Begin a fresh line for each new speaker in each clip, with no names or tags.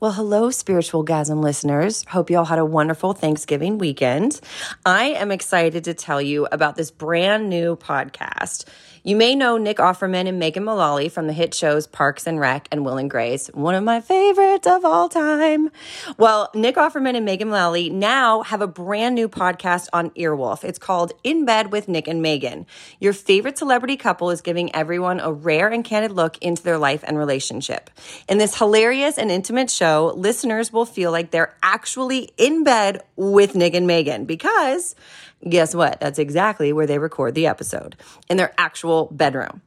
Well, hello, Spiritual Gasm listeners. Hope y'all had a wonderful Thanksgiving weekend. I am excited to tell you about this brand new podcast. You may know Nick Offerman and Megan Mullally from the hit shows Parks and Rec and Will and Grace, one of my favorites of all time. Well, Nick Offerman and Megan Mullally now have a brand new podcast on Earwolf. It's called In Bed with Nick and Megan. Your favorite celebrity couple is giving everyone a rare and candid look into their life and relationship. In this hilarious and intimate show, listeners will feel like they're actually in bed with Nick and Megan because Guess what? That's exactly where they record the episode in their actual bedroom.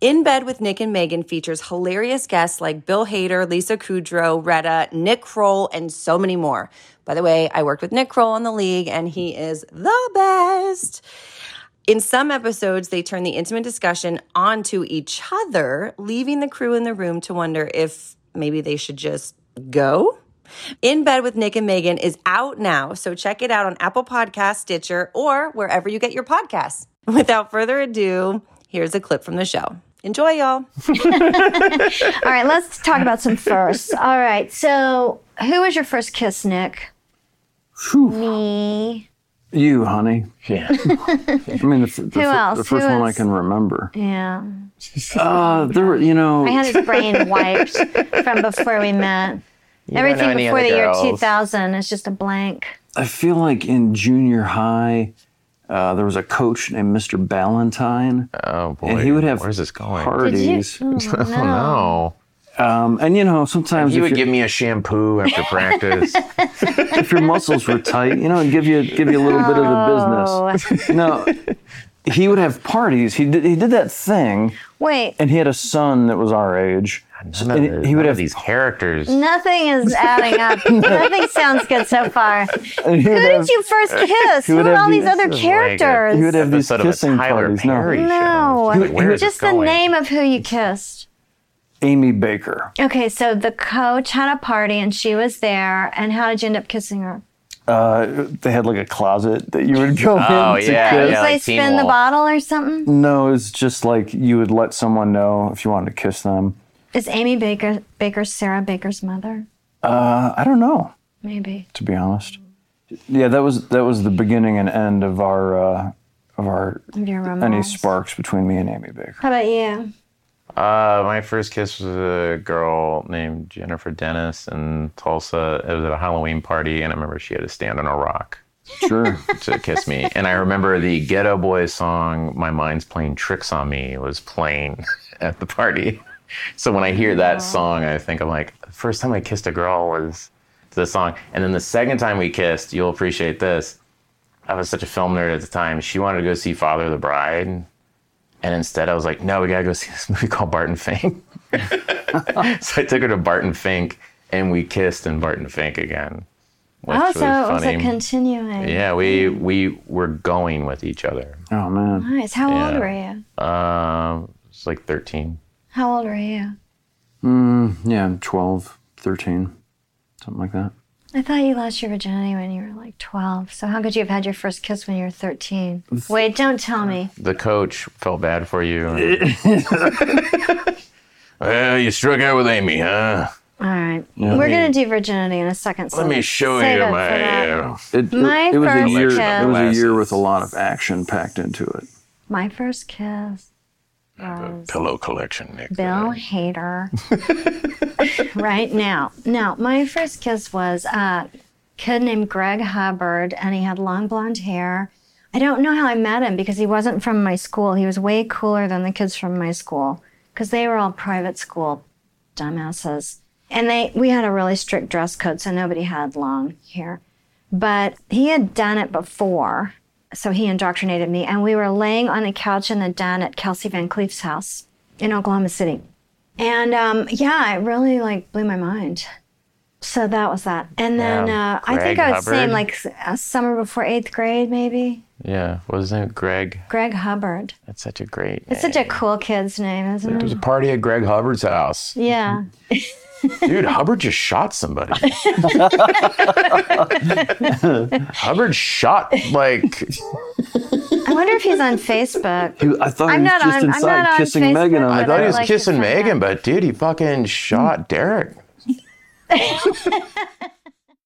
In Bed with Nick and Megan features hilarious guests like Bill Hader, Lisa Kudrow, Retta, Nick Kroll, and so many more. By the way, I worked with Nick Kroll on the league, and he is the best. In some episodes, they turn the intimate discussion onto each other, leaving the crew in the room to wonder if maybe they should just go. In Bed with Nick and Megan is out now, so check it out on Apple Podcasts, Stitcher, or wherever you get your podcasts. Without further ado, here's a clip from the show. Enjoy, y'all.
All right, let's talk about some firsts. All right, so who was your first kiss, Nick? Me.
You, honey. Yeah. I mean, the, the,
Who else?
the first
Who
one I
else?
can remember.
Yeah.
Uh, there were, you know,
I had his brain wiped from before we met. Everything
any
before
other
the
girls.
year 2000 is just a blank.
I feel like in junior high, uh, there was a coach named Mr. Ballantyne,
Oh boy.
and he would have
Where's this going?
parties.
Did you? Oh,
Oh no.
Um, and you know, sometimes
He
if,
would
your-
give me a shampoo after practice.
if your muscles were tight, you know, it'd give you give you a little bit of the business.
Oh.
No, he would have parties. He did he did that thing,
Wait,
and he had a son that was our age.
None of
And
the-
he would
none of
have
these characters.
nothing is adding up. Nothing sounds good so far. Who
and he would have-
did you first kiss? Who
would
are
have
all these
these-
other
This is like a-
characters?
He would have these
episode of a
kissing
Tyler
parties. No.
Perry show.
No.
It's like, where is
Just
this
the
going?
name of who you kissed.
Amy Baker.
Okay, so the coach had a party and she was there. And how did you end up kissing her?
Uh, they had like a closet that you would go
Oh,
in to
yeah,
kiss.
Did
yeah.
they
like Teen
spin the
Wolf.
bottle or something?
No, it's just like you would let someone know if you wanted to kiss them.
Is Amy Baker Baker Sarah Baker's mother?
Uh, I don't know,
Maybe.
to be honest. Yeah, that was that was the beginning and end of our uh, of our
Your
any
romance.
sparks between me and Amy Baker.
How about you?
Uh, my first kiss was a girl named Jennifer Dennis in Tulsa. It was at a Halloween party, and I remember she had to stand on a rock
Sure.
to kiss me. And I remember the Ghetto Boys song "My Mind's Playing Tricks on Me" was playing at the party. So when I hear that song, I think I'm like, the first time I kissed a girl was this song. And then the second time we kissed, you'll appreciate this. I was such a film nerd at the time. She wanted to go see Father of the Bride, and instead I was like, no, we gotta go see this movie called Barton Fink. so I took her to Barton Fink, and we kissed in Barton Fink again. Which
oh, so it was a
funny.
continuing.
Yeah, we we were going with each other.
oh man.
Nice. How old
Yeah.
were you?
Um, it's like thirteen.
How old were you?
Yeah, I'm 12, 13, something like that.
I thought you lost your virginity when you were like 12. So how could you have had your first kiss when you were 13? Wait, don't tell me.
The coach felt bad for you. well, you struck out with Amy, huh?
All right. we're going to do virginity in a second. So
Let me show
save
you
it for
my.
that.
uh,
It, it-
My
it, was a
first
year.
kiss.
It was a year with a lot of action packed into it.
My first kiss was
uh, Pillow collection, Nick.
Bill Hader. right now. Now, my first kiss was a kid named Greg Hubbard, and he had long blonde hair. I don't know how I met him because he wasn't from my school. He was way cooler than the kids from my school because they were all private school dumbasses. And they we had a really strict dress code, so nobody had long hair. But he had done it before, so he indoctrinated me. And we were laying on a couch in the den at Kelsey Van Cleef's house in Oklahoma City. And um, yeah, it really like blew my mind. So that was that. And then
Wow.
uh, I think I
Greg
was saying
Hubbard.
like s- uh, summer before eighth grade, maybe.
Yeah, what was his name? Greg.
Greg Hubbard.
That's such a great.
It's such a cool kid's name, isn't
There's
it?
a party at Greg Hubbard's house.
Yeah.
Dude, Hubbard just shot somebody. Hubbard shot like
I wonder if he's on Facebook.
He- I thought
I'm
he was
not
just
on- I'm
inside
not on
kissing
Facebook,
Megan.
but
on
I
the
thought he was
like to
kissing
find
Megan, but dude, he fucking shot Derek.